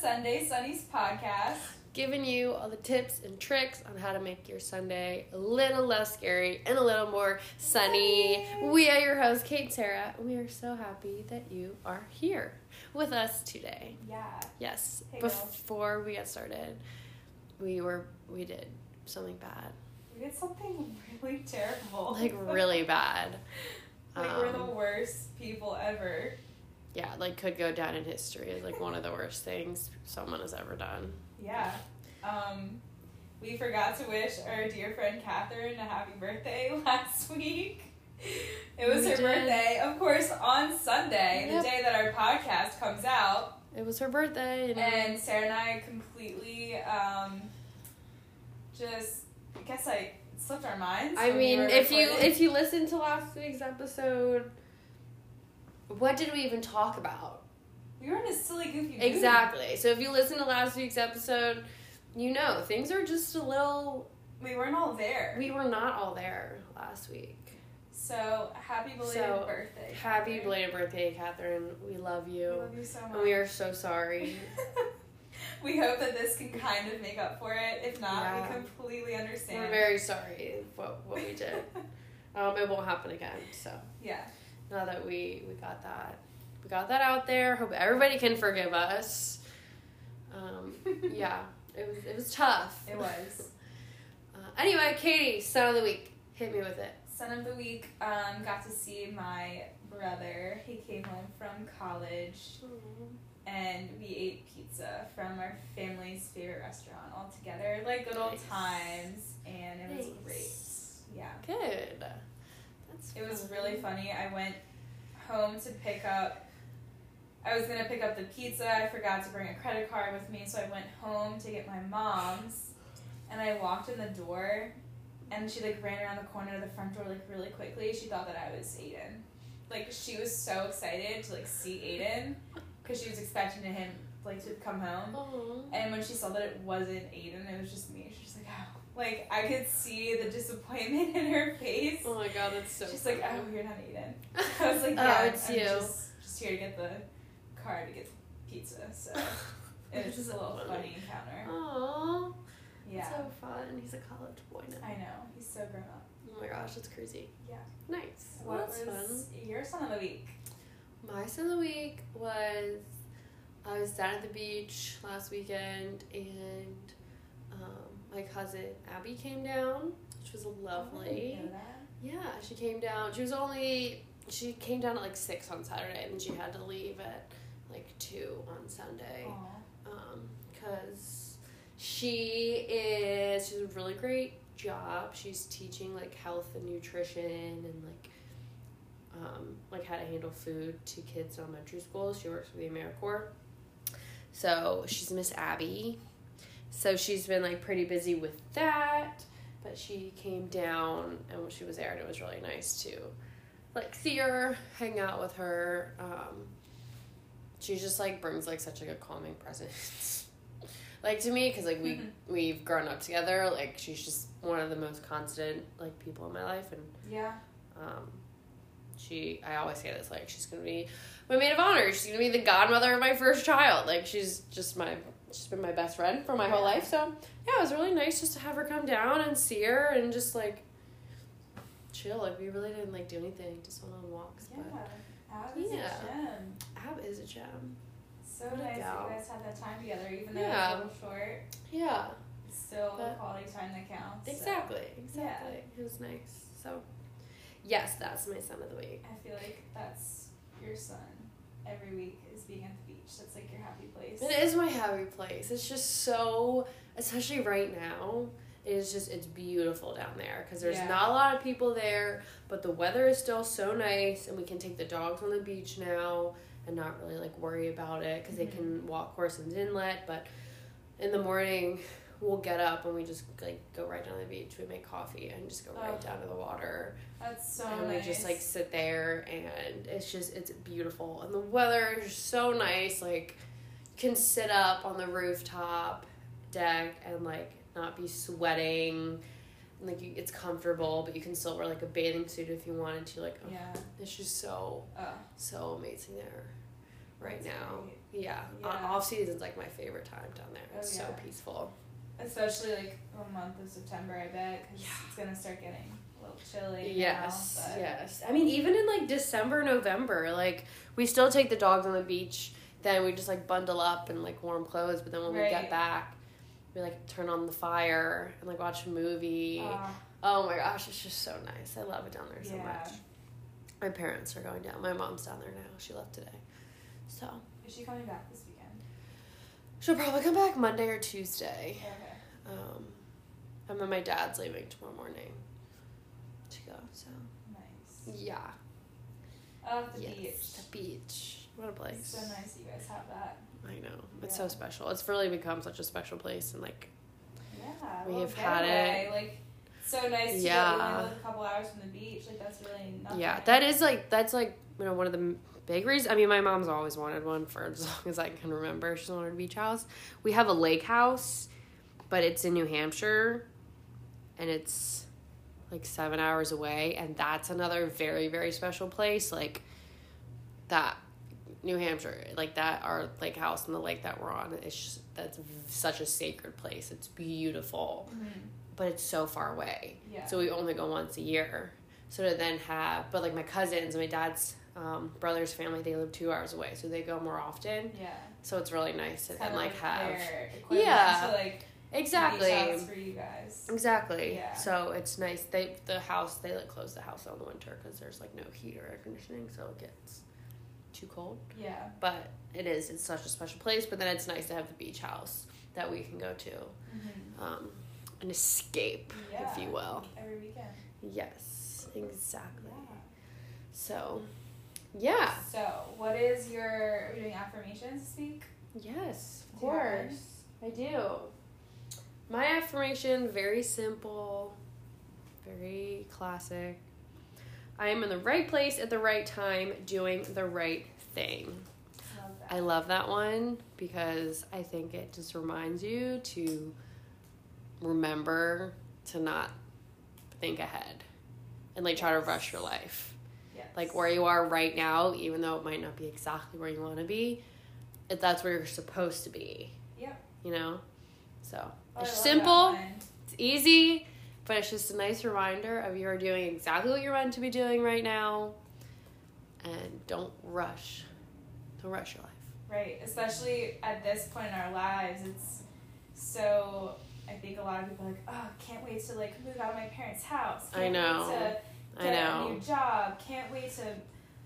Sunday Sunnies podcast. Giving you all the tips and tricks on how to make your Sunday a little less scary and a little more sunny. We are your hosts, Kate and Sarah. and We are so happy that you are here with us today. Yeah. Yes. Hey, girl. before we got started, we were we did something bad, We did something really terrible. like really bad. Oh. like we're the Um, worst people ever. yeah, like could go down in history as like one of the worst things someone has ever done. Yeah. Um, we forgot to wish our dear friend Catherine a happy birthday last week. It was We her did. birthday, of course, on Sunday, Yep. the day that our podcast comes out. It was her birthday, and, And Sarah and I completely um, just, I guess I slipped our minds. I when we mean, were if you recording. if you listen to last week's episode, what did we even talk about? we were in a silly, goofy mood. Exactly. So if you listen to last week's episode, you know things are just a little. We weren't all there. We were not all there last week. so, happy belated So, birthday. Happy Catherine. belated birthday, Catherine. We love We you, love you so much. and we are so sorry. we hope that this can kind of make up for it. If not, Yeah. we completely understand. We're very sorry what what we did. Um, it won't happen again. So. yeah. now that we we got that we got that out there hope everybody can forgive us um yeah it was it was tough It was. uh, anyway katie son of the week hit me with it Son of the week um, got to see my brother. He came home from college and we ate pizza from our family's favorite restaurant all together, like good old Nice. times, and it was Nice. great. Yeah. good that's It was really funny. I went home to pick up. I was gonna pick up the pizza. I forgot to bring a credit card with me, so I went home to get my mom's. And I walked in the door, and she like ran around the corner to the front door like really quickly. She thought that I was Aiden. Like she was so excited to like see Aiden, because she was expecting to him like to come home. Aw. And when she saw that it wasn't Aiden, it was just me. She was like, oh. Like I could see the disappointment in her face. oh my god that's so She's funny. like, oh, you're not Aiden. I was like, yeah, oh it's I'm you Just, just here to get the car to get pizza. So it was just a little funny encounter. Aw, Yeah, so fun. He's a college boy now. I know. He's so grown up. Oh my gosh, that's crazy. Yeah. Nice. Well, What that's fun. was your son of the week? My son of the week was I was down at the beach last weekend and um, my cousin Abby came down, which was Oh, lovely. I didn't know that. Yeah, she came down. She was only she came down at like six on Saturday and she had to leave at like two on Sunday Aw. because she is she's a really great job. She's teaching like health and nutrition and like um, like how to handle food to kids in elementary school. She works for the AmeriCorps, so she's Miss Abby. So she's been like pretty busy with that, but she came down and she was there, and it was really nice to like see her, hang out with her. Um, she just like brings like such like a calming presence like to me because like we Mhm. we've grown up together like she's just one of the most constant like people in my life and Yeah. um she i always say this like she's gonna be my maid of honor she's gonna be the godmother of my first child like she's just my she's been my best friend for my whole Yeah. life so yeah it was really nice just to have her come down and see her and just like chill like we really didn't like do anything just went on walks Yeah. but Abby's was a Yeah. gem. ab is a gem So What a nice that gal. you guys had that time together, even though Yeah. it was a little short. yeah It's still the But- quality time that counts. so Exactly. Yeah. Exactly. It was nice. So, yes, that's my son of the week. I feel like that's your son. Every week is being at the beach. That's like your happy place. It is my happy place. It's just so, especially right now. It is just it's beautiful down there because there's Yeah. not a lot of people there, but the weather is still so nice, and we can take the dogs on the beach now and not really like worry about it because Mhm. they can walk Horson's Inlet. But in the morning, we'll get up and we just like go right down to the beach. We make coffee and just go Oh. right down to the water. That's so and nice. we just like sit there and it's just it's beautiful and the weather is so nice like you can sit up on the rooftop deck and like not be sweating and like you, it's comfortable but you can still wear like a bathing suit if you wanted to like oh, yeah. it's just so Oh, so amazing there right That's now. great. Yeah, Yeah. on off season's like my favorite time down there. Oh, It's so yeah. peaceful. Especially like the month of September, I bet, 'cause Yeah. it's gonna start getting a little chilly. Yes, Now, but uh, yes. I mean, even in like December, November, like we still take the dogs on the beach. Then we just like bundle up and like warm clothes. But then when we Right. get back, we like turn on the fire and like watch a movie. uh, oh my gosh, it's just so nice. I love it down there so yeah. much. My parents are going down. My mom's down there now. She left today, so Is she coming back this weekend? she'll probably come back Monday or Tuesday. Okay. Um, and then my dad's leaving tomorrow morning to go. So Nice. yeah. Oh, the Mm. yes, beach. The beach. What a place. It's so nice you guys have that. I know. It's Yeah. so special. It's really become such a special place and like Yeah. We well, have had getaway, it. Like, so nice to Yeah. yeah. live a couple hours from the beach. Like, that's really nothing. yeah, that is like that's like you know one of the m- big reasons. I mean, my mom's always wanted one for as long as I can remember. She's wanted a beach house. We have a lake house, but it's in New Hampshire, and it's like seven hours away, and that's another very very special place. Like that. New Hampshire, like that, our lake house and the lake that we're on, it's just, that's such a sacred place. It's beautiful, Mhm. but it's so far away. Yeah. So we only go once a year. So to then have, but like my cousins and my dad's um, brother's family, they live two hours away, so they go more often. yeah. So it's really nice to It's then kinda like have their equivalent Yeah. To, like, Beach exactly, house for you guys. exactly. Yeah. So it's nice. They the house they like close the house on the winter because there's like no heat or air conditioning, so it gets too cold. Yeah. But it is it's such a special place. But then it's nice to have the beach house that we can go to, hmm um, an escape, Yeah. if you will. Every weekend. Yes, exactly. Yeah. So, yeah. So, what is your? Are we doing affirmations this week? Yes, of Do you have one? course. I do. My affirmation, very simple, very classic. I am in the right place at the right time doing the right thing. Love that. I love that one because I think it just reminds you to remember to not think ahead and like try to Yes. rush your life. Yes. like where you are right now, even though it might not be exactly where you want to be, if that's where you're supposed to be. Yep. You know? So Oh, I it's love simple, that one. it's easy, but it's just a nice reminder of you're doing exactly what you're meant to be doing right now. And don't rush. Don't rush your life. Right, especially at this point in our lives, it's so. I think a lot of people are like, oh, can't wait to like move out of my parents' house. I Can't know. Wait to I get know. a new job. Can't wait to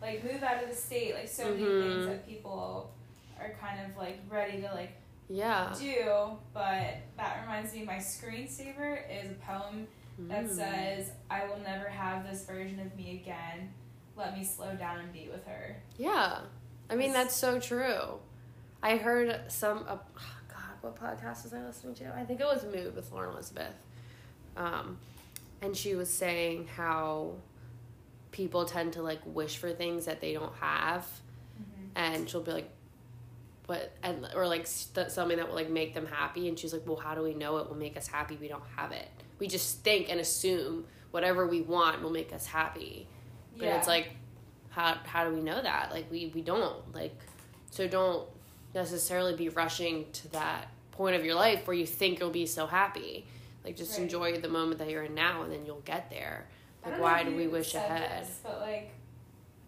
like move out of the state. Like so many Mhm. things that people are kind of like ready to like yeah. do. But that reminds me, my screensaver is a poem that Mm. says, "I will never have this version of me again. Let me slow down and be with her." Yeah. I mean, It's- that's so true. I heard some, uh, God, what podcast was I listening to? I think it was Mood with Lauren Elizabeth. Um, and she was saying how people tend to like wish for things that they don't have. And she'll be like, what? And, or like st- something that will like make them happy. And she's like, well, how do we know it will make us happy? We don't have it. We just think and assume whatever we want will make us happy. But Yeah. it's like, how how do we know that? Like we we don't like, so don't necessarily be rushing to that point of your life where you think you'll be so happy. Like just Right. enjoy the moment that you're in now, and then you'll get there. I don't Like know why if do we you wish said ahead? this, but like,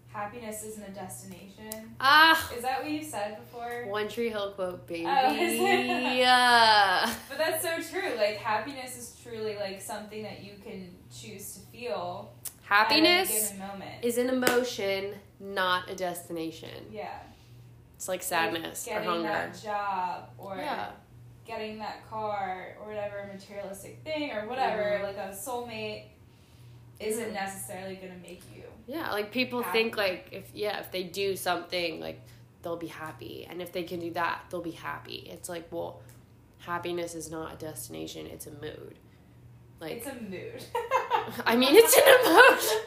happiness isn't a destination. Ah, Is that what you said before? One Tree Hill quote, baby. Oh, is it? yeah. But that's so true. Like happiness is truly like something that you can choose to feel at any Happiness given moment. is an emotion, not a destination. yeah, It's like sadness or getting hunger. that job or Yeah. getting that car or whatever materialistic thing or whatever, Mhm. like a soulmate, isn't Mhm. necessarily gonna make you. Yeah, like people Happy. think like if yeah, if they do something like they'll be happy and if they can do that, they'll be happy. It's like, well, happiness is not a destination, it's a mood. Like it's a mood. I mean, it's an emotion.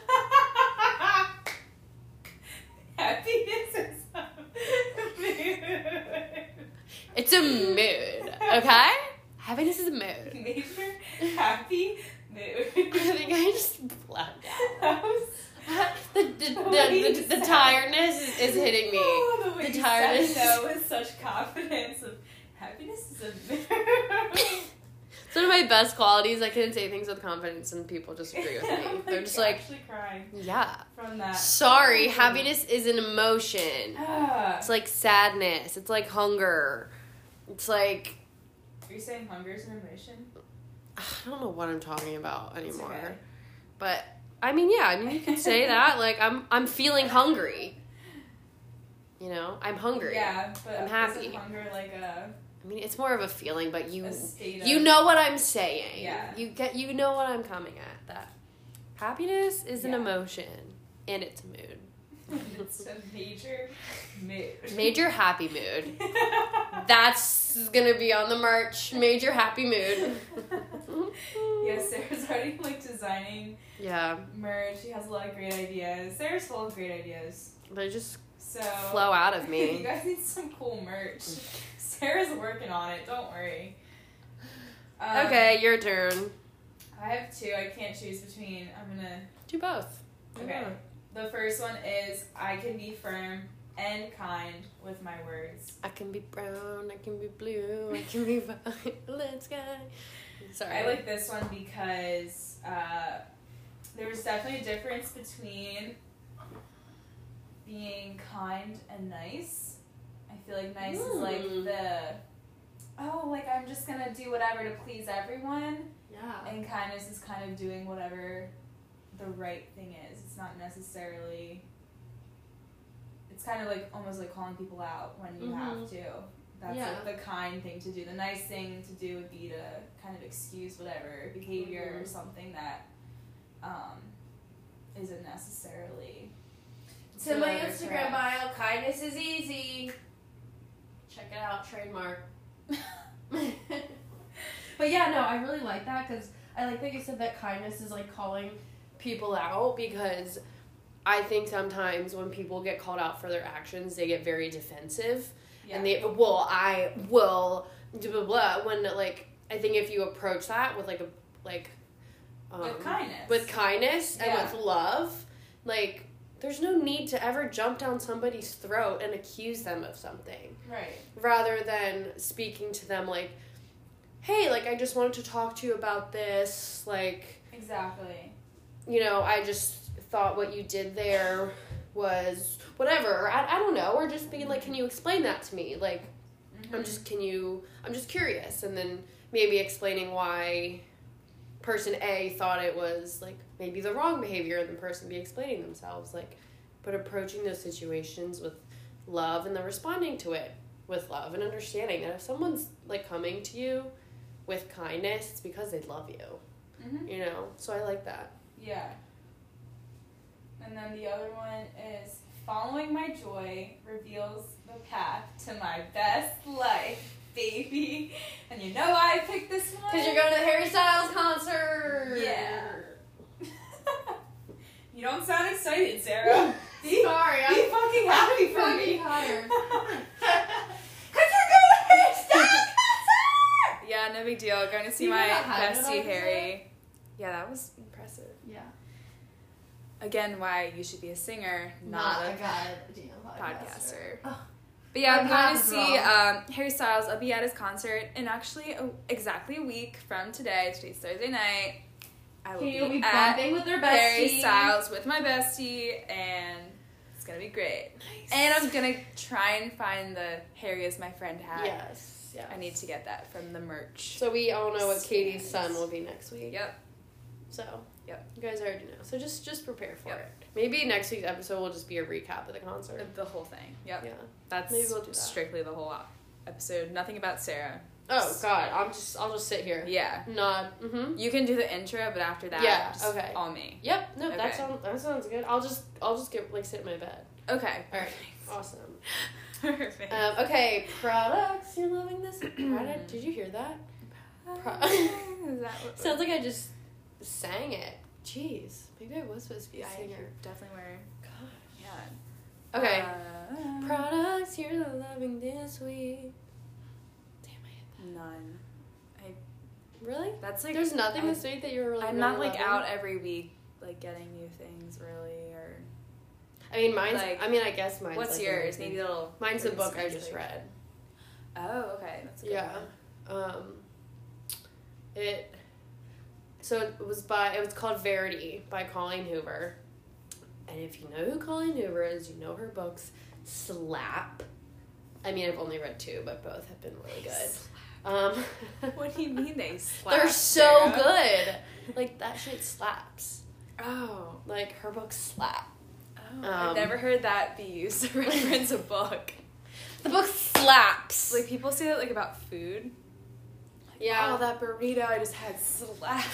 Happiness is a mood. It's a mood, okay? happiness is a mood. Major happy mood. I think I just blacked out. That was the, the, the, Oh my the, the tiredness is, is hitting me. Oh, the way The you tiredness. said no with such confidence of happiness is a verb. It's one of my best qualities. I can say things with confidence, and people just agree with me. They're just I'm like, actually crying yeah. from Uh, that. Sorry, happiness is an emotion. Ah. It's like sadness. It's like hunger. It's like Are you saying hunger is an emotion? I don't know what I'm talking about It's anymore. okay. But I mean, yeah, I mean, you could say that. Like, I'm I'm feeling hungry. You know, I'm hungry. Yeah, but I'm happy. Isn't hunger like a, I mean, it's more of a feeling, but you a state of you know what I'm saying. Yeah. You get you know what I'm coming at. That happiness is an Yeah. emotion and it's a mood. it's a major mood. Major happy mood. That's gonna be on the merch. Major happy mood. yes, Sarah's already like designing Yeah, merch. She has a lot of great ideas. Sarah's full of great ideas. they just So flow out of you me. guys need some cool merch. Sarah's working on it. Don't worry. Um, okay, your turn. I have two. I can't choose between. I'm gonna. Do both. Okay. The first one is I can be firm and kind with my words. I can be brown. I can be blue. I can be violet sky. Sorry. I like this one because uh, there's definitely a difference between being kind and nice. I feel like nice is like Mm. the oh, like I'm just gonna do whatever to please everyone. Yeah. And kindness is kind of doing whatever the right thing is. It's not necessarily. It's kind of like almost like calling people out when you have to. That's Mm-hmm. Yeah. like the kind thing to do. The nice thing to do would be to kind of excuse whatever behavior or Mhm. something that um, isn't necessarily. To my good or Instagram correct. bio, kindness is easy. Check it out, trademark. but yeah, no, I really like that because I like that you said that kindness is like calling. people out because I think sometimes when people get called out for their actions, they get very defensive Yeah. and they well, I will blah blah blah. When like I think if you approach that with like a like um, with kindness. with kindness Yeah. and with love, like there's no need to ever jump down somebody's throat and accuse them of something right. rather than speaking to them like hey like i just wanted to talk to you about this like Exactly. you know, I just thought what you did there was whatever. Or I, I don't know. Or just being like, can you explain that to me? Like, I'm Mhm. just, can you, I'm just curious. And then maybe explaining why person A thought it was like maybe the wrong behavior and the person B explaining themselves. Like, but approaching those situations with love and then responding to it with love and understanding that if someone's like coming to you with kindness, it's because they love you, Mhm. you know? So I like that. Yeah. And then the other one is following my joy reveals the path to my best life, baby. And you know why I picked this one? Because you're going to the Harry Styles concert. Yeah. you don't sound excited, Sarah. be, be Sorry, I'm fucking happy for fucking me. tired. Cause you're going to Stella concert. Yeah, no big deal. Going to see You my were not hyped about bestie it, Harry. Yeah, that was impressive. Yeah. Again, why you should be a singer, not, a guy. Damn, podcaster. Ugh. But yeah, I'm My going to math is see wrong. um, Harry Styles. I'll be at his concert in actually a, exactly a week from today. Today's Thursday night. I will Okay, you'll be, be at bumping with their bestie. Harry Styles with my bestie, and it's gonna be great. Nice. And I'm gonna try and find the Harry is my friend hat. Yes. Yeah. I need to get that from the merch. So we all know what Katie's Yes. son will be next week. Yep. So. Yep. You guys already know. So just just prepare for Yep. it. Maybe next week's episode will just be a recap of the concert. The whole thing. Yep. Yeah. That's Maybe we'll do that. strictly the whole op- episode. Nothing about Sarah. Oh God, I'm just I'll just sit here. Yeah. Not. Mm-hmm. You can do the intro, but after that, Yeah, just okay. all me. Yep. No, Okay. that sounds that sounds good. I'll just I'll just get like sit in my bed. Okay. All right. Awesome. Perfect. Um, okay. Products. You're loving this product. Did you hear that? pro- Ah, Is that what Sounds like I just sang it. Jeez. Maybe I was supposed to be a singer. definitely were. God. Yeah. Okay. Uh, Products you're loving this week. Damn, I hit none. that. Really? That's like There's nothing I- this week that you're really. I'm not really like loving? out every week, like getting new things really, or I I mean, mine's. Like, I mean, I guess mine's. What's like a yours? movie. Maybe a little. Mine's the book I Research, just like- read. Oh, okay. That's a good Yeah. one. Um, it. So it was by. It was called Verity by Colleen Hoover. And if you know who Colleen Hoover is, you know her books slap. I mean, I've only read two, but both have been really good. Um, What do you mean they slap? they're so Sarah? good. Like that shit slaps. Oh, Like her books slap. oh Um, I've never heard that be used to reference a book. The book slaps. Like people say that like about food. yeah. Oh, that burrito I just had slapped.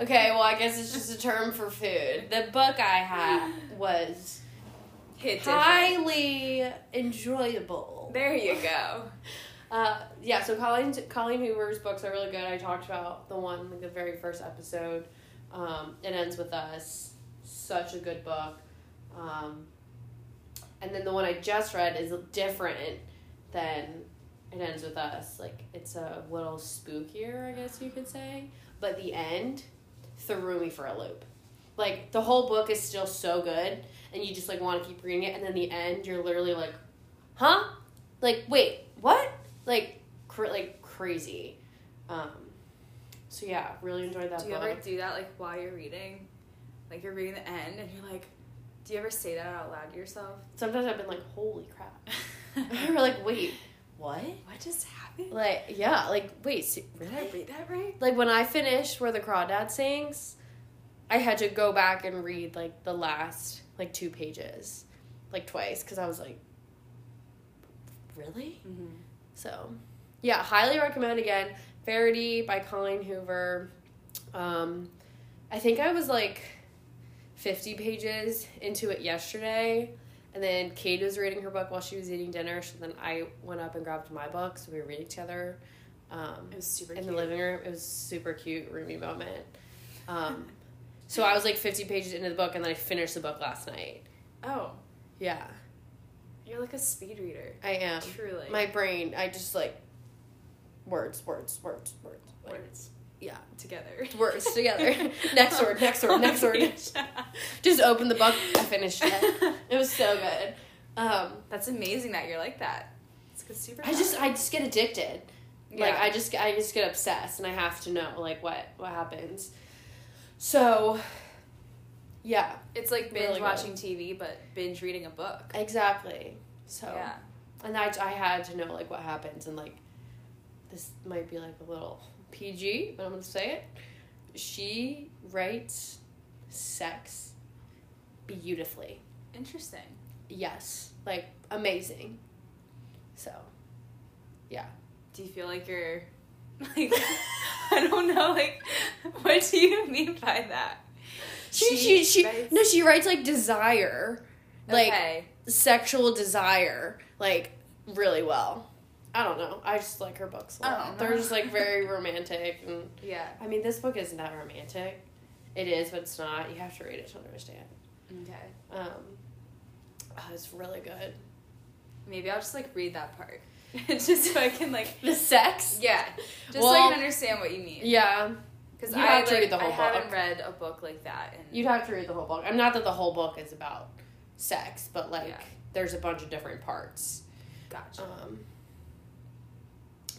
Okay, well, I guess it's just a term for food. The book I had was Hit different. highly enjoyable. There you go. Uh, yeah, so Colleen, Colleen Hoover's books are really good. I talked about the one, like the very first episode. Um, it ends with us. Such a good book. Um, and then the one I just read is different than It Ends With Us. Like, it's a little spookier, I guess you could say. But the end threw me for a loop. Like, the whole book is still so good, and you just, like, want to keep reading it. And then the end, you're literally like, huh? Like, wait, what? Like, cr- like crazy. Um, so, yeah, really enjoyed that Do you book. ever do that like while you're reading? Like you're reading the end and you're like, do you ever say that out loud to yourself? Sometimes I've been like, holy crap. We're like, wait, what? what just happened? Like, yeah, like, wait, se- Did I read that right? Like, when I finished Where the Crawdad Sings, I had to go back and read, like, the last, like, two pages, like, twice, because I was like, really? Mm-hmm. So, yeah, highly recommend again. Verity by Colleen Hoover. Um, I think I was like 50 pages into it yesterday. And then Kate was reading her book while she was eating dinner. So then I went up and grabbed my book. So we were reading together um, It was super in cute. the living room. It was super cute, roomy moment. Um, so I was like 50 pages into the book and then I finished the book last night. oh, Yeah, you're like a speed reader. I am. Truly. My brain, I just like words, words, words, words. like- words. Yeah. Together. Words together. Next word, next word, On next word. page. Just open the book. I finished it. It was so good. Um, That's amazing that you're like that. It's good super. I just, I just get addicted. Like Yeah. I just, I just get obsessed, and I have to know like what what happens. So, yeah, it's like binge Really good. watching TV, but binge reading a book. exactly. So, Yeah. and I, I had to know like what happens, and like this might be like a little PG, but I'm gonna say it. She writes sex beautifully. Interesting. Yes, like amazing. So, Do you feel like you're like I don't know like what do you mean by that? she she she, writes- no, she writes like desire, like okay. sexual desire, like really well. I don't know. I just like her books a I lot. don't They're know. just like very romantic, and yeah. I mean, this book is not romantic. It is, but it's not. You have to read it to understand. Okay. Um, oh, it's really good. Maybe I'll just like read that part. just so I can like The sex. Yeah. Just so I Well- can understand what you mean. Yeah, Because You'd I have to like, read the whole I haven't book. read a book like that and You'd have to read the whole book. I'm not that the whole book is about sex, but like Yeah. there's a bunch of different parts. gotcha. Um,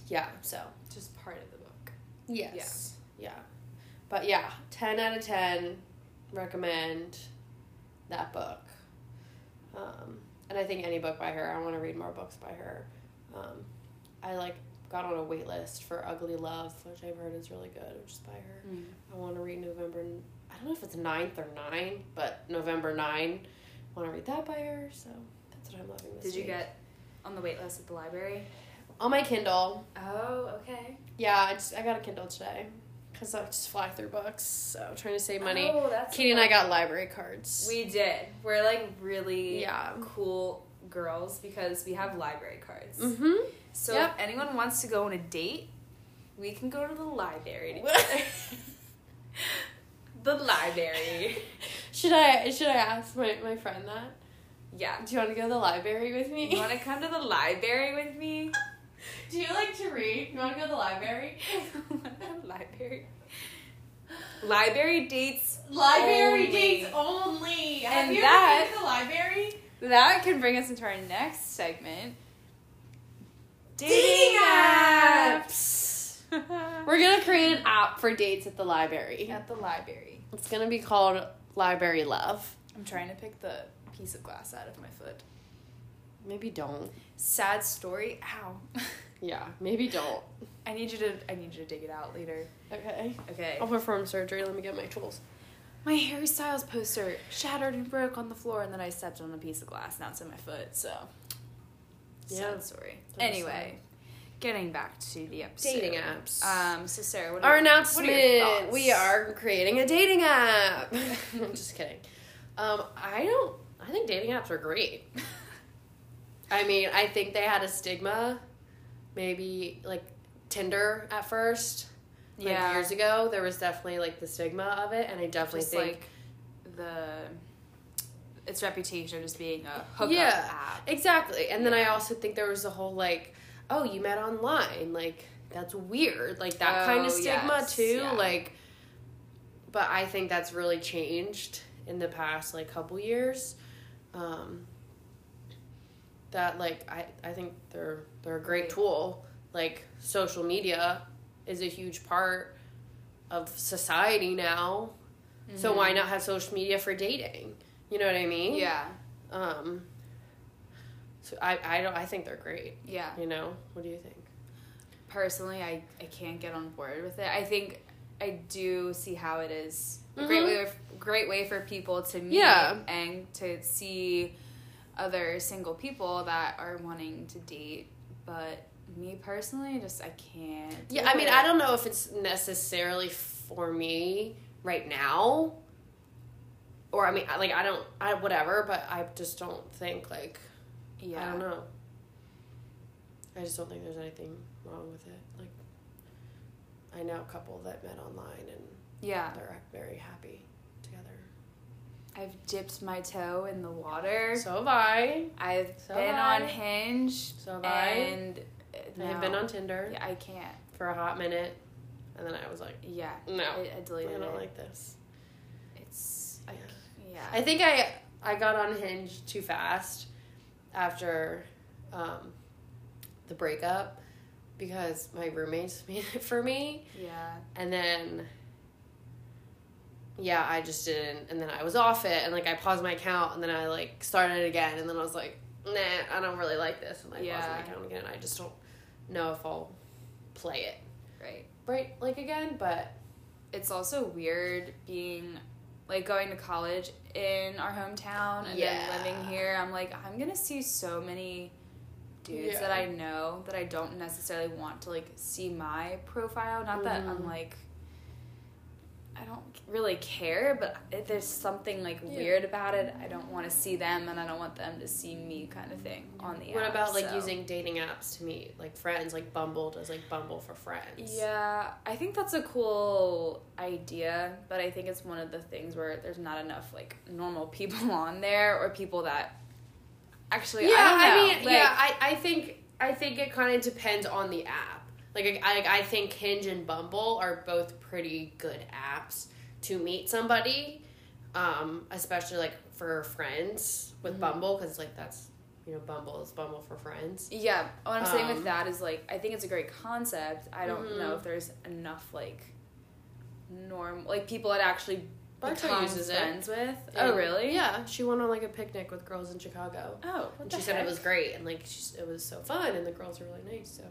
yeah. So just part of the book. yes. Yeah. But yeah, ten out of ten. Recommend that book. Um, and I think any book by her. I want to read more books by her. Um, I like got on a wait list for Ugly Love, which I've heard is really good, which is by her. Hmm. I want to read November. I don't know if it's 9th or nine, but November nine. I want to read that by her. So that's what I'm loving this Did you week. get on the wait list at the library? on my Kindle? Oh, okay. Yeah, I, just, I got a Kindle today because I just fly through books. So I'm trying to save money. Oh, that's Katie and I awesome. got library cards. We did. We're like really yeah. cool girls because we have library cards. Mhm. So Yep. if anyone wants to go on a date, we can go to the library together. What? the library. Should I should I ask my, my friend that? Yeah. Do you want to go to the library with me? You want to come to the library with me? Do you like to read? You want to go to the library? library. Library dates Library Only. dates only. I And Have you that- ever been to the library? That can bring us into our next segment. Dating apps. apps. We're gonna create an app for dates at the library. At the library. It's gonna be called Library Love. I'm trying to pick the piece of glass out of my foot. Maybe don't. Sad story. Ow. Yeah, maybe don't. I need you to I need you to dig it out later. Okay. Okay. I'll perform surgery. Let me get my tools. My Harry Styles poster shattered and broke on the floor and then I stepped on a piece of glass and now it's in my foot, so Yeah. sad story. Very anyway, getting back to the episode. Dating apps. Um so Sarah, what are Our your- what announcement: are your thoughts? We are creating a dating app. I'm just kidding. Um, I don't. I think dating apps are great. I mean, I think they had a stigma, maybe like Tinder at first. Like yeah. years ago, there was definitely like the stigma of it, and I definitely just think like the its reputation as being a hookup Yeah. app. Exactly. And then I Yeah. also think there was a whole like, oh, you met online. Like, that's weird. Like, that kind Oh, of stigma, yes, too. yeah. Like, but I think that's really changed in the past, like, couple years. Um, that, like, I, I think they're, they're a great Right. tool. Like, social media is a huge part of society now. Mm-hmm. So, why not have social media for dating? You know what I mean? Yeah. Um, so I, I don't I think they're great. Yeah. You know, what do you think? Personally, I, I can't get on board with it. I think I do see how it is a great Mhm. way great way for people to meet Yeah. and to see other single people that are wanting to date, but me personally, I just I can't. Yeah, do I mean, it. I don't know if it's necessarily for me right now. Or I mean, I- like I don't, I whatever, but I just don't think like Yeah. I don't know. I just don't think there's anything wrong with it. Like, I know a couple that met online and Yeah. they're very happy together. I've dipped my toe in the water. So have I. I've So been have on I. Hinge So have I. and uh, I've no. been on Tinder Yeah, I can't. for a hot minute, and then I was like. Yeah. No. I, I deleted I don't it. like this. it's I, yeah. I think I I got on Hinge too fast after um, the breakup because my roommates made it for me, yeah. and then yeah, I just didn't. And then I was off it, and like I paused my account, and then I like started again, and then I was like, nah, I don't really like this, and I paused Yeah. my account again. I just don't know if I'll play it Right. right like again, but It's also weird being like going to college in our hometown and Yeah. then living here. I'm like I'm going to see so many dudes Yeah. that I know that I don't necessarily want to like see my profile. Not that I'm Mhm. like I don't really care, but if there's something like Yeah. weird about it, I don't want to see them and I don't want them to see me kind of thing on the What app, about like so. using dating apps to meet like friends, like Bumble does like Bumble for friends? Yeah, I think that's a cool idea, but I think it's one of the things where there's not enough like normal people on there or people that Yeah, actually. I, don't I, know, mean, like, yeah, I, I think I think it kind of depends on the app. Like I, I I think Hinge and Bumble are both pretty good apps to meet somebody, um, especially like for friends with Mhm. Bumble because like that's you know Bumble is Bumble for friends. Yeah, what I'm saying Um, with that is like I think it's a great concept. I don't Mhm. know if there's enough like norm like people that actually Barto become uses it. friends with. Oh And- really? Yeah, she went on like a picnic with girls in Chicago. Oh, what And the she said heck? it was great and like she, s- it was so fun and the girls were really nice so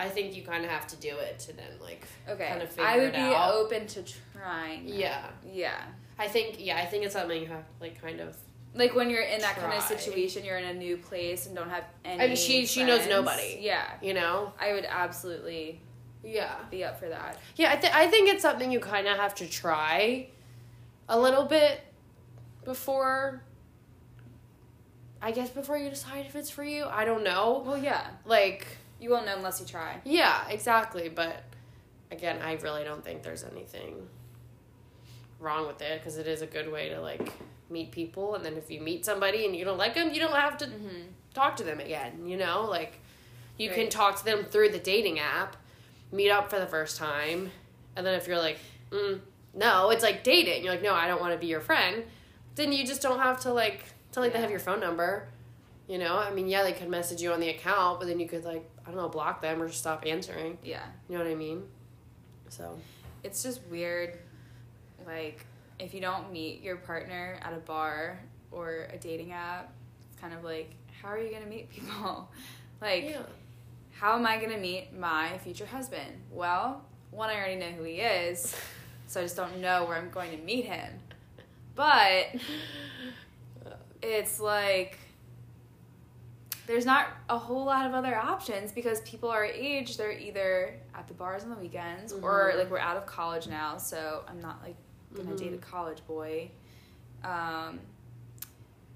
i think you kind of have to do it to then like okay. kinda figure I would it be out. open to trying. that. yeah Yeah. i think yeah i think it's something you have like kind of Like when you're in that kind of Try. situation, you're in a new place and don't have any. And she- she knows friends. nobody. Yeah, you know I would absolutely yeah be up for that. yeah i, th- I think it's something you kind of have to try a little bit before i guess before you decide if it's for you i don't know Well, yeah, like you won't know unless you try. Yeah, exactly. But again, I really don't think there's anything wrong with it because it is a good way to like meet people. And then if you meet somebody and you don't like them, you don't have to Mm-hmm. talk to them again. You know, like you can Right. talk to them through the dating app, meet up for the first time, and then if you're like, mm, no, it's like dating. You're like, no, I don't want to be your friend. then you just don't have to like it's not like they Yeah. have your phone number. You know, I mean, yeah, they could message you on the account, but then you could like I don't know, block them or just stop answering. Yeah. You know what I mean? So It's just weird. Like, if you don't meet your partner at a bar or a dating app, it's kind of like, how are you going to meet people? like, yeah, how am I going to meet my future husband? Well, one, I already know who he is, so I just don't know where I'm going to meet him. But Mm-hmm. it's like there's not a whole lot of other options because people our age they're either at the bars on the weekends or Mhm. like we're out of college now so i'm not like gonna Mhm. date a college boy um,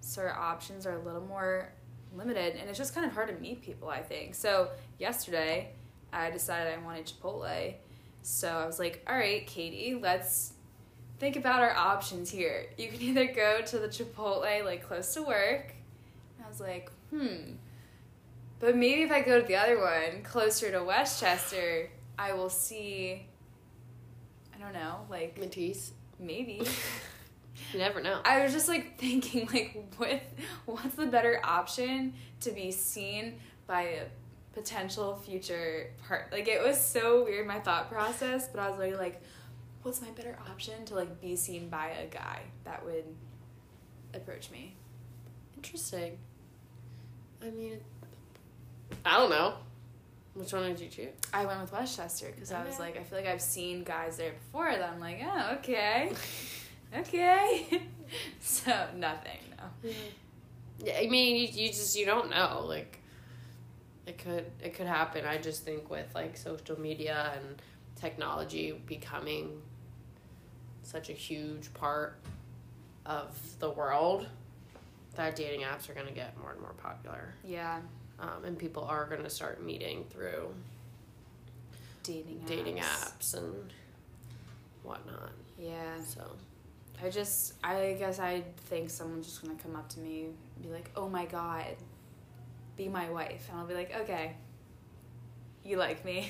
so our options are a little more limited and it's just kind of hard to meet people i think so yesterday i decided i wanted chipotle so i was like all right katie let's think about our options here you can either go to the chipotle like close to work and i was like hmm but maybe if i go to the other one closer to westchester i will see i don't know like Matisse, maybe you never know. I was just like thinking like what what's the better option to be seen by a potential future part like it was so weird my thought process but I was like like what's my better option to like be seen by a guy that would approach me Interesting. I mean, I don't know. Which one did you choose? I went with Westchester because I was Okay. like I feel like I've seen guys there before that I'm like oh okay okay so nothing no Yeah, I mean, you, you just you don't know. Like, it could it could happen. I just think with like social media and technology becoming such a huge part of the world, that dating apps are gonna get more and more popular, yeah um, and people are gonna start meeting through dating apps. dating apps and whatnot. yeah So I just, I guess I think someone's just gonna come up to me and be like, oh my god, be my wife. And I'll be like, okay, you like me.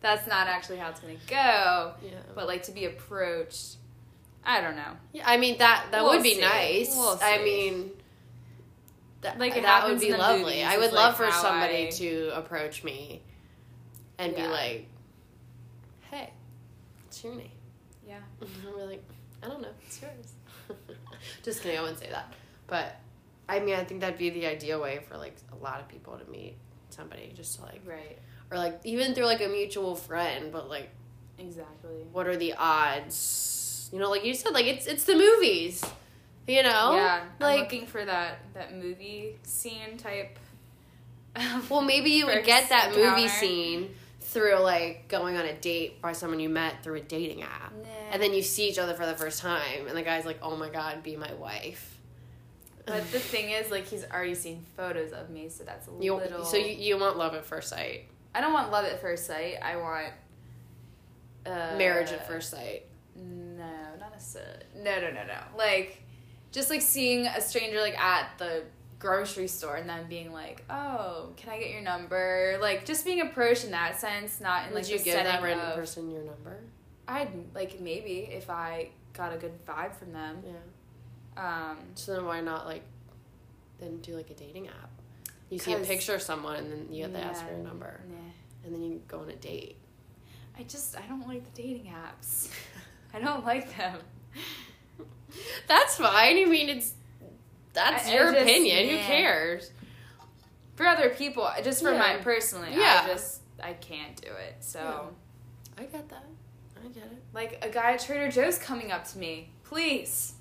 That's not actually how it's gonna go. yeah, But like to be approached, I don't know. Yeah, I mean that that We'll would be see. nice. We'll I see. mean, that Like, it that would happens in be the lovely. movies, I is, would love like, for how somebody I- to approach me and be Yeah. like, "Hey, what's your name?" Yeah. And I'll be like, "I don't know. It's yours." Just kidding. I wouldn't say that, but I mean, I think that'd be the ideal way for like a lot of people to meet somebody, just to like, Right. or like even through like a mutual friend, but like. Exactly. what are the odds? You know, like you said, like it's it's the movies. You know? yeah. I'm Like looking for that that movie scene type. of well maybe you would first get that movie encounter. scene through like going on a date by someone you met through a dating app. Nah. And then you see each other for the first time and the guy's like, Oh my god, be my wife. but the thing is, like, he's already seen photos of me, so that's a you little. so you, you want love at first sight. I don't want love at first sight. I want uh, Marriage at first sight. No, not necessarily. No, no, no, no. Like, just like seeing a stranger like at the grocery store and then being like, "Oh, can I get your number?" Like, just being approached in that sense, not in Uh, like Would you the give setting that random of. person your number? I'd like maybe if I got a good vibe from them. Yeah. Um, So then why not like then do like a dating app? You see a 'Cause- picture of someone and then you have to ask for your Yeah. number. nah. and then you go on a date. I just I don't like the dating apps. I don't like them. That's fine. I mean, it's that's I- I your just- opinion. Who yeah. cares? for other people, I- just for Yeah. mine personally, Yeah. I just I can't do it. So I get that. I get it. like a guy at Trader Joe's coming up to me, please,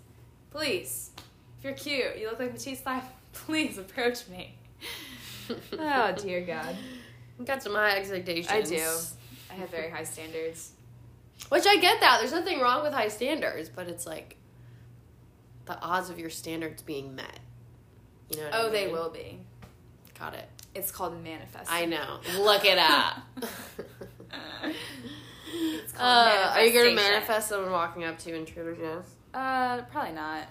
please, if you're cute, you look like Matisse Life, please approach me. oh dear God, You got some high expectations. I do. I have very high standards. Which I get that. There's nothing wrong with high standards, but it's like the odds of your standards being met. You know. what I Oh, they mean? will be. Got it. It's called manifesting. I know. Look it up. It's called Uh, are you gonna manifestation. manifest someone walking up to you in Trader Joe's? Uh, probably not.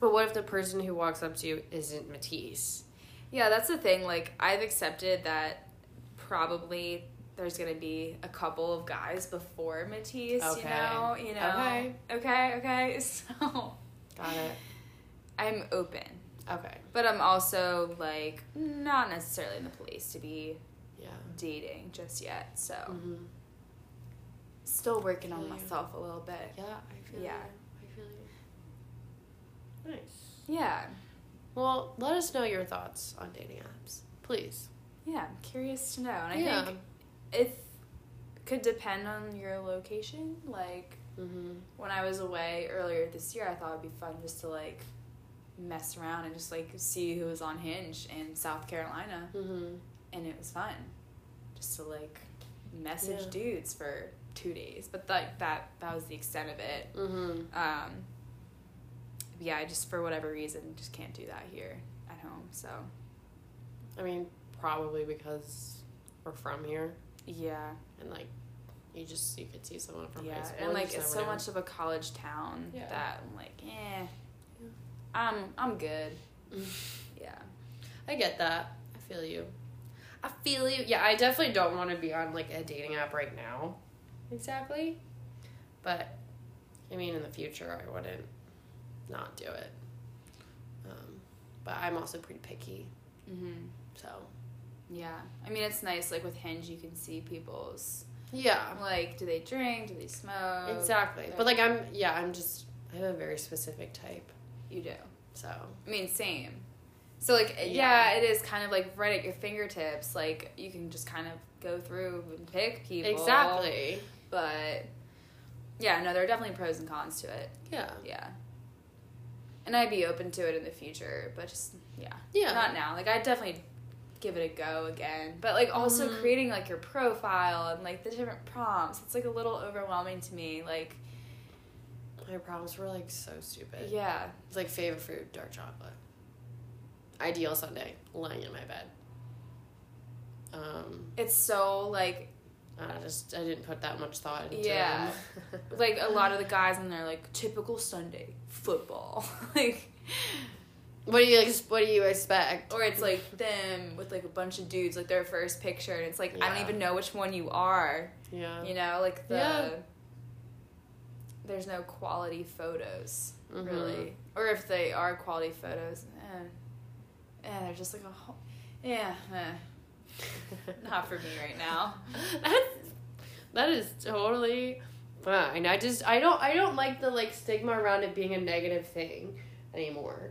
But what if the person who walks up to you isn't Matisse? Yeah, that's the thing. Like, I've accepted that probably there's gonna be a couple of guys before Matisse. Okay. You know, you know. Okay. okay, okay. So Got it. I'm open, Okay. but I'm also like not necessarily in the place to be Yeah. dating just yet. So hmm still working on Yeah. myself a little bit. Yeah, I feel Yeah. you. I feel you. Nice. Yeah, Well, let us know your thoughts on dating apps, please. yeah. I'm curious to know, and I yeah. think it could depend on your location. Like hmm when I was away earlier this year, I thought it'd be fun just to like mess around and just like see who was on Hinge in South Carolina, hmm and it was fun just to like message Yeah. dudes for two days. But like that that was the extent of it. hmm Um, yeah, I just for whatever reason just can't do that here at home. So I mean, probably because we're from here yeah, and like you just you could see someone from high yeah, school and you like just it's so never know. much of a college town Yeah. that I'm like, eh, Yeah. I'm I'm good. Yeah, I get that. I feel you. I feel you. Yeah, I definitely don't want to be on like a dating app right now. Exactly. But I mean in the future I wouldn't not do it. Um, but I'm also pretty picky, mm-hmm. so yeah. I mean, it's nice. Like with Hinge, you can see people's yeah. like, do they drink? Do they smoke? Um, Exactly. But like I'm yeah, I'm just I have a very specific type. You do. So I mean, same. So like, yeah. Yeah. it is kind of like right at your fingertips. Like you can just kind of go through and pick people. Exactly. but yeah, no, there are definitely pros and cons to it. Yeah. Yeah. And I'd be open to it in the future, but just yeah. Yeah. Not now. Like I'd definitely give it a go again. But like also Mhm. creating like your profile and like the different prompts. It's like a little overwhelming to me. Like My problems were like so stupid. yeah. It's like favorite food, dark chocolate. Ideal Sunday, lying in my bed. Um, It's so like I just I didn't put that much thought into Yeah. them. like a lot of the guys in there like typical Sunday football. like what do you ex- what do you expect? or it's like them with like a bunch of dudes like their first picture and it's like I don't Yeah. even know which one you are. yeah. you know like the Yeah. there's no quality photos Mhm. really or if they are quality photos eh, eh, they're just like a whole, yeah eh, not for me right now That's that is totally fine. I just I don't I don't like the like stigma around it being a negative thing anymore.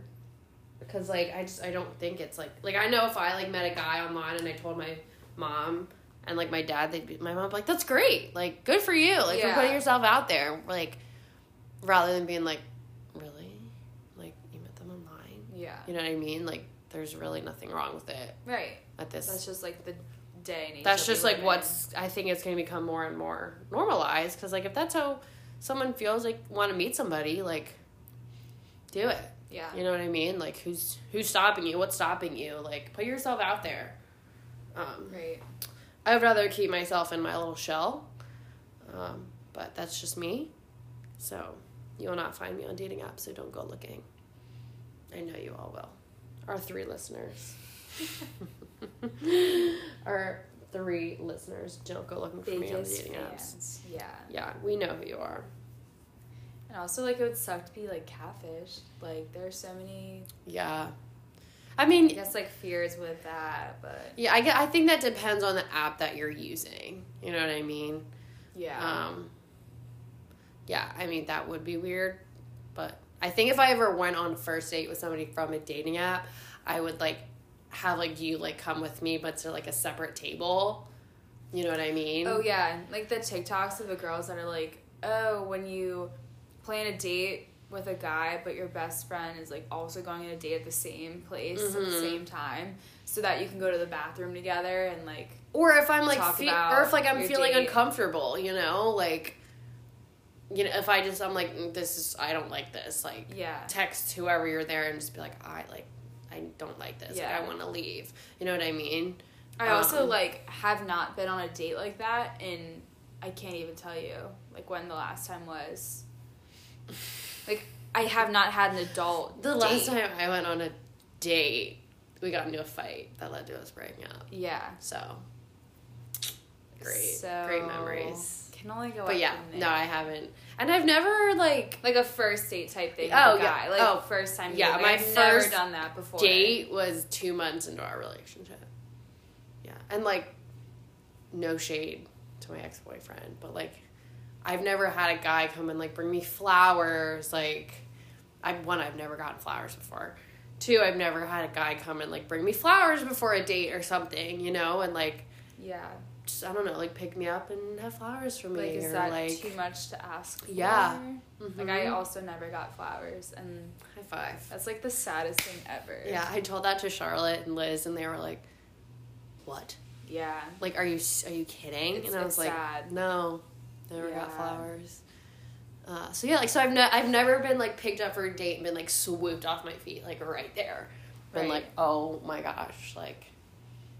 Because like I just I don't think it's like like I know if I like met a guy online and I told my mom and like my dad they'd be my mom like that's great like good for you like for Yeah. putting yourself out there like rather than being like really like you met them online yeah you know what I mean like there's really nothing wrong with it right at this that's just like the day and age that's that we just like live in. what's i think it's going to become more and more normalized because like if that's how someone feels like want to meet somebody like do it yeah you know what i mean like who's who's stopping you what's stopping you like put yourself out there um, right i would rather keep myself in my little shell um, but that's just me so you will not find me on dating apps so don't go looking i know you all will our three listeners our three listeners don't go looking for me on the biggest dating apps. fans yeah Yeah, we know who you are. and also like it would suck to be like catfished like there's so many Yeah, I i mean, guess like fears with that but yeah, I get. I think that depends on the app that you're using. You know what I mean? yeah Um, yeah, I mean that would be weird, but I think if I ever went on a first date with somebody from a dating app, I would like have like you like come with me, but to like a separate table. You know what I mean? Oh yeah, like the TikToks of the girls that are like, "Oh, when you plan a date with a guy, but your best friend is like also going on a date at the same place at the Mhm. same time, so that you can go to the bathroom together and like." or if I'm like, Talk fe- about or if like I'm your feeling date. uncomfortable, you know, like, you know, if I just I'm like, "Mm, this is I don't like this. Like, Yeah. text whoever you're there and just be like, I like, I don't like this. Yeah. Like, I want to leave. You know what I mean? I also Um, like have not been on a date like that, and I can't even tell you like when the last time was. Like I have not had an adult. The date. last time I went on a date, we got into a fight that led to us breaking up. Yeah. So great, So- great memories. can only go. But up yeah, from there. no, I haven't, and I've never like Like a first date type thing. Oh, with a guy. yeah. Like Oh, first time. yeah, date. Like, my I've never first done that before. date was two months into our relationship. Yeah, and like, no shade to my ex boyfriend, but like, I've never had a guy come and like bring me flowers. Like, I one, I've never gotten flowers before. Two, I've never had a guy come and like bring me flowers before a date or something, you know, and like, Yeah. just, I don't know, like pick me up and have flowers for me, Like, is or that like, too much to ask? For? Yeah. Mm-hmm. Like I also never got flowers, and high five. that's like the saddest thing ever. Yeah, I told that to Charlotte and Liz, and they were like, "What? Yeah. Like, are you s- are you kidding?" It's- and I was it's like, sad. "No, never Yeah. got flowers." Uh, so yeah, like so I've ne- I've never been like picked up for a date and been like swooped off my feet like right there, been Right. like, "Oh my gosh!" Like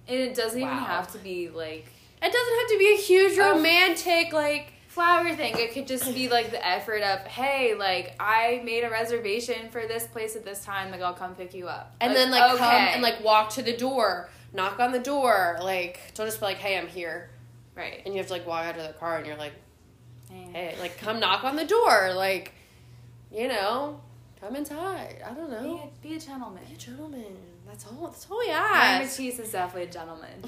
And it doesn't even Wow. have to be like it doesn't have to be a huge Oh. romantic like flower thing. It could just be like the effort of, hey, like I made a reservation for this place at this time. Like I'll come pick you up. and then like come okay. and like walk to the door, knock on the door, like don't just be like, "Hey, I'm here," right. and you have to like walk out to the car and you're like. Hey. hey, like come knock on the door, like, you know, come inside. I don't Be know. a, be a gentleman. Be a gentleman. That's all. That's all we Ryan ask. Matisse is definitely a gentleman.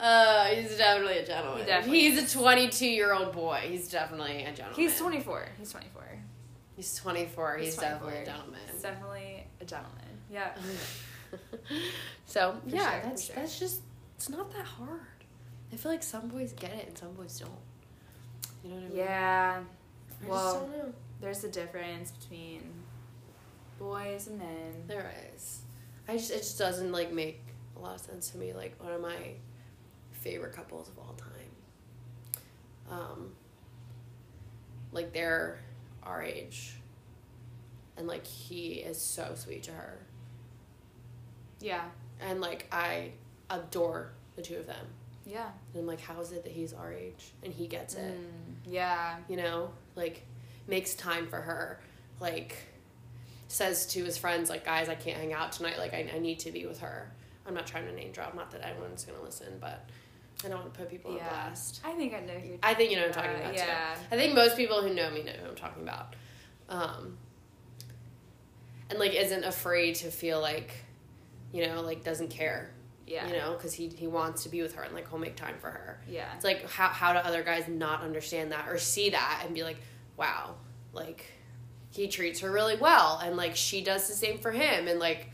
Uh, he's definitely a gentleman. He definitely he's a 22 year old boy. He's definitely a gentleman. He's 24. He's 24. He's 24. He's, He's definitely a 24. gentleman. He's definitely a gentleman. Yeah. Oh, so For yeah, sure, for that's sure. that's just it's not that hard. I feel like some boys get it and some boys don't. You know what I mean? Yeah. I just Well, don't know. there's a difference between boys and men. There is. I just it just doesn't like make a lot of sense to me. Like one of my favorite couples of all time. Um. Like they're our age. And like he is so sweet to her, Yeah. and like I adore the two of them. Yeah. And I'm like, how is it that he's our age and he gets it? Mm, yeah. you know like makes time for her like says to his friends like guys i can't hang out tonight like i, I need to be with her i'm not trying to name drop not that anyone's gonna listen but i don't want to put people on Yeah. blast I think I know who you're i think you know what i'm talking Uh, about yeah. too i think most people who know me know who i'm talking about um and like isn't afraid to feel like you know like doesn't care Yeah. you know because he, he wants to be with her and like he'll make time for her Yeah. it's like how how do other guys not understand that or see that and be like, wow, like he treats her really well and like she does the same for him and like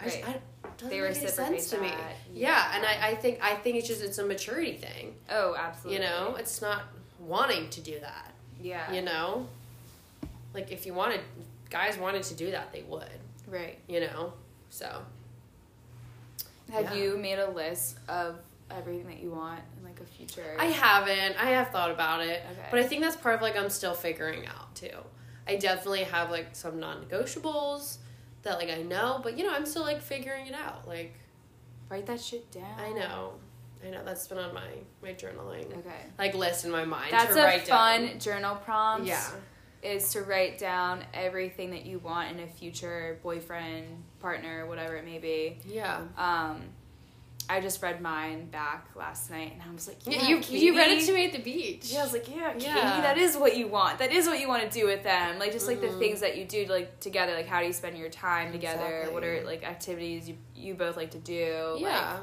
I just, I, Right. doesn't They make any reciprocate sense to me. that, Yeah, yeah. and I, I think I think it's just it's a maturity thing. Oh, absolutely. You know, it's not wanting to do that. Yeah. You know, like if you wanted guys wanted to do that, they would. Right. You know, so Have Yeah. you made a list of everything that you want in like a future? I haven't. I have thought about it, Okay. but I think that's part of like I'm still figuring out too. I definitely have like some non-negotiables that like I know, but you know I'm still like figuring it out. Like Write that shit down. I know, I know that's been on my my journaling Okay. like list in my mind. That's to a write fun Down. journal prompt. Yeah, Is to write down everything that you want in a future boyfriend, partner, whatever it may be. yeah. Um, I just read mine back last night, and I was like, Yeah, yeah, you you read it Katie." to me at the beach. Yeah, I was like, yeah, Mm-hmm. Katie, Yeah. that is what you want. That is what you want to do with them. Like just like the Mhm. things that you do like together. Like how do you spend your time together? What Exactly. are like activities you you both like to do? yeah. Like,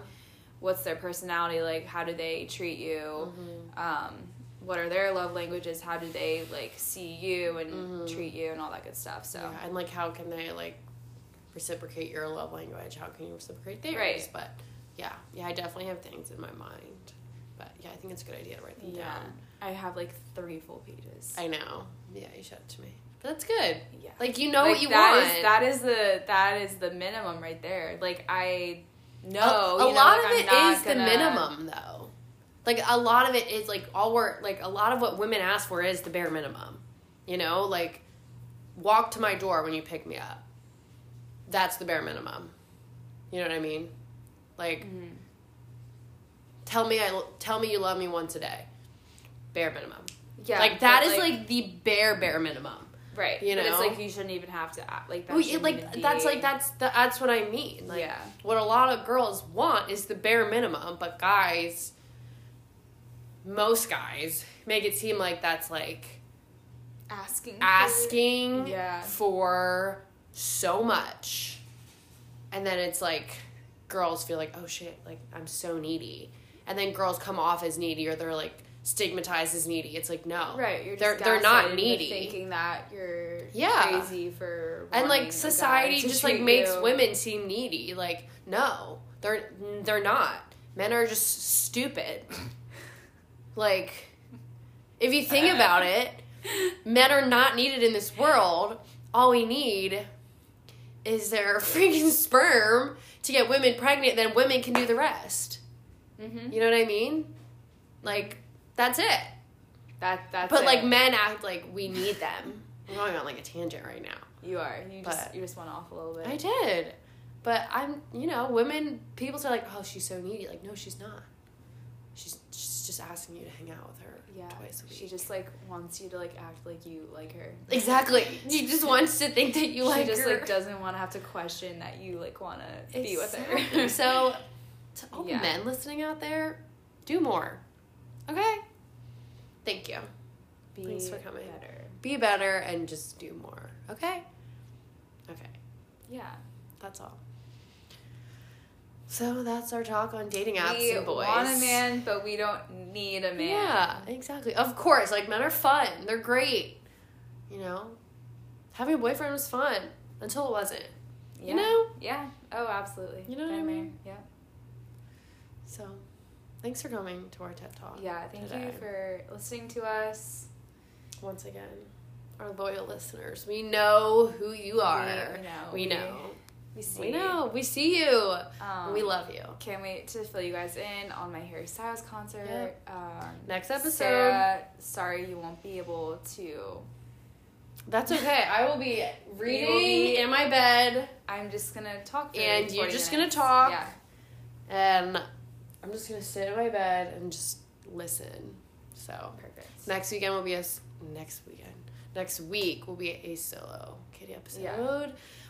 what's their personality like? How do they treat you? Mhm. Um, what are their love languages? How do they like see you and Mhm. treat you and all that good stuff? So Yeah, and like how can they like reciprocate your love language? How can you reciprocate theirs? Right. But yeah, yeah, I definitely have things in my mind. But yeah, I think it's a good idea to write them yeah, down. I have like three full pages. I know. Yeah, you showed it to me. But that's good. yeah. Like you know Like, what you that want. is- that is the that is the minimum right there. Like I know a, a you know, like, lot of I'm it is not the gonna- minimum though. Like a lot of it is like all we're like a lot of what women ask for is the bare minimum. You know, like walk to my door when you pick me up. That's the bare minimum. You know what I mean? Like Mhm. tell me I tell me you love me once a day. Bare minimum. Yeah, like that but, is like, the bare bare minimum. right. you but know? it's like you shouldn't even have to act like that. Well, yeah, shouldn't like even that's be- like that's the, that's what I mean. Like Yeah. what a lot of girls want is the bare minimum, but guys most guys make it seem like that's like Mm-hmm. Asking. for- asking Yeah. for so much. And then it's like girls feel like, oh shit, like I'm so needy. And then girls come off as needy or they're like stigmatized as needy. It's like, no. Right, you're They're- just they're not gaslighted into needy. Thinking that you're Yeah. crazy for And wanting a like guy society to just like treat makes you- women seem needy. Like, no, they're they're not. Men are just stupid. like, if you think about it, men are not needed in this world. All we need is their freaking sperm to get women pregnant, then women can do the rest. Mhm. You know what I mean? Like, that's it. That that's but it. like, men act like we need them. I'm going on like a tangent right now. you are you just But- you just went off a little bit. I did. But I'm, you know, women, people say, like, oh, she's so needy. Like, no, she's not. She's, she's just asking you to hang out with her yeah, twice a week. she just like wants you to like act like you like her. Exactly. She just wants to think that you she like just her. like doesn't want to have to question that you like want to be with Exactly. her. so, to all the Yeah. men listening out there, do more. Okay? Thank you. be Thanks for coming. better. Be better and just do more. Okay? Okay. Yeah. That's all. So, that's our talk on dating apps we and boys. want a man, but we don't need a man. Yeah, exactly. Of course, like men are fun. They're great. You know, having a boyfriend was fun until it wasn't. Yeah. You know. Yeah. Oh, absolutely. You know what I mean? Yeah. So, thanks for coming to our TED Talk. Yeah. Thank you Today. for listening to us. Once again, our loyal listeners, we know who you We, are. know. We, know. We see. We know. We see you. Um, we love you. Can't wait to fill you guys in on my Harry Styles concert. Um, Next episode. Sarah, sorry you won't be able to. That's okay. I will be reading be- in my bed, I'm just gonna talk. For And 40 you're just minutes. gonna talk. Yeah. and I'm just gonna sit in my bed and just listen. So. Perfect. Next weekend will be a s- next weekend. Next week will be a solo kitty episode. Yeah.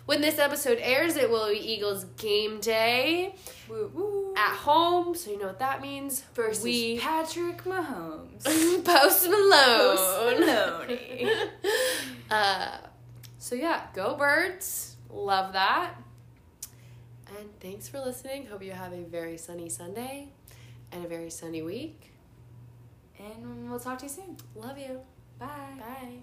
When this episode airs, it will be Eagles game day Woo woo. at home, so you know what that means. versus Ah, we- Patrick Mahomes. Post Malone. Post Malone. uh, so yeah, go birds. Love that. And thanks for listening. Hope you have a very sunny Sunday and a very sunny week. and we'll talk to you soon. Love you. Bye. Bye.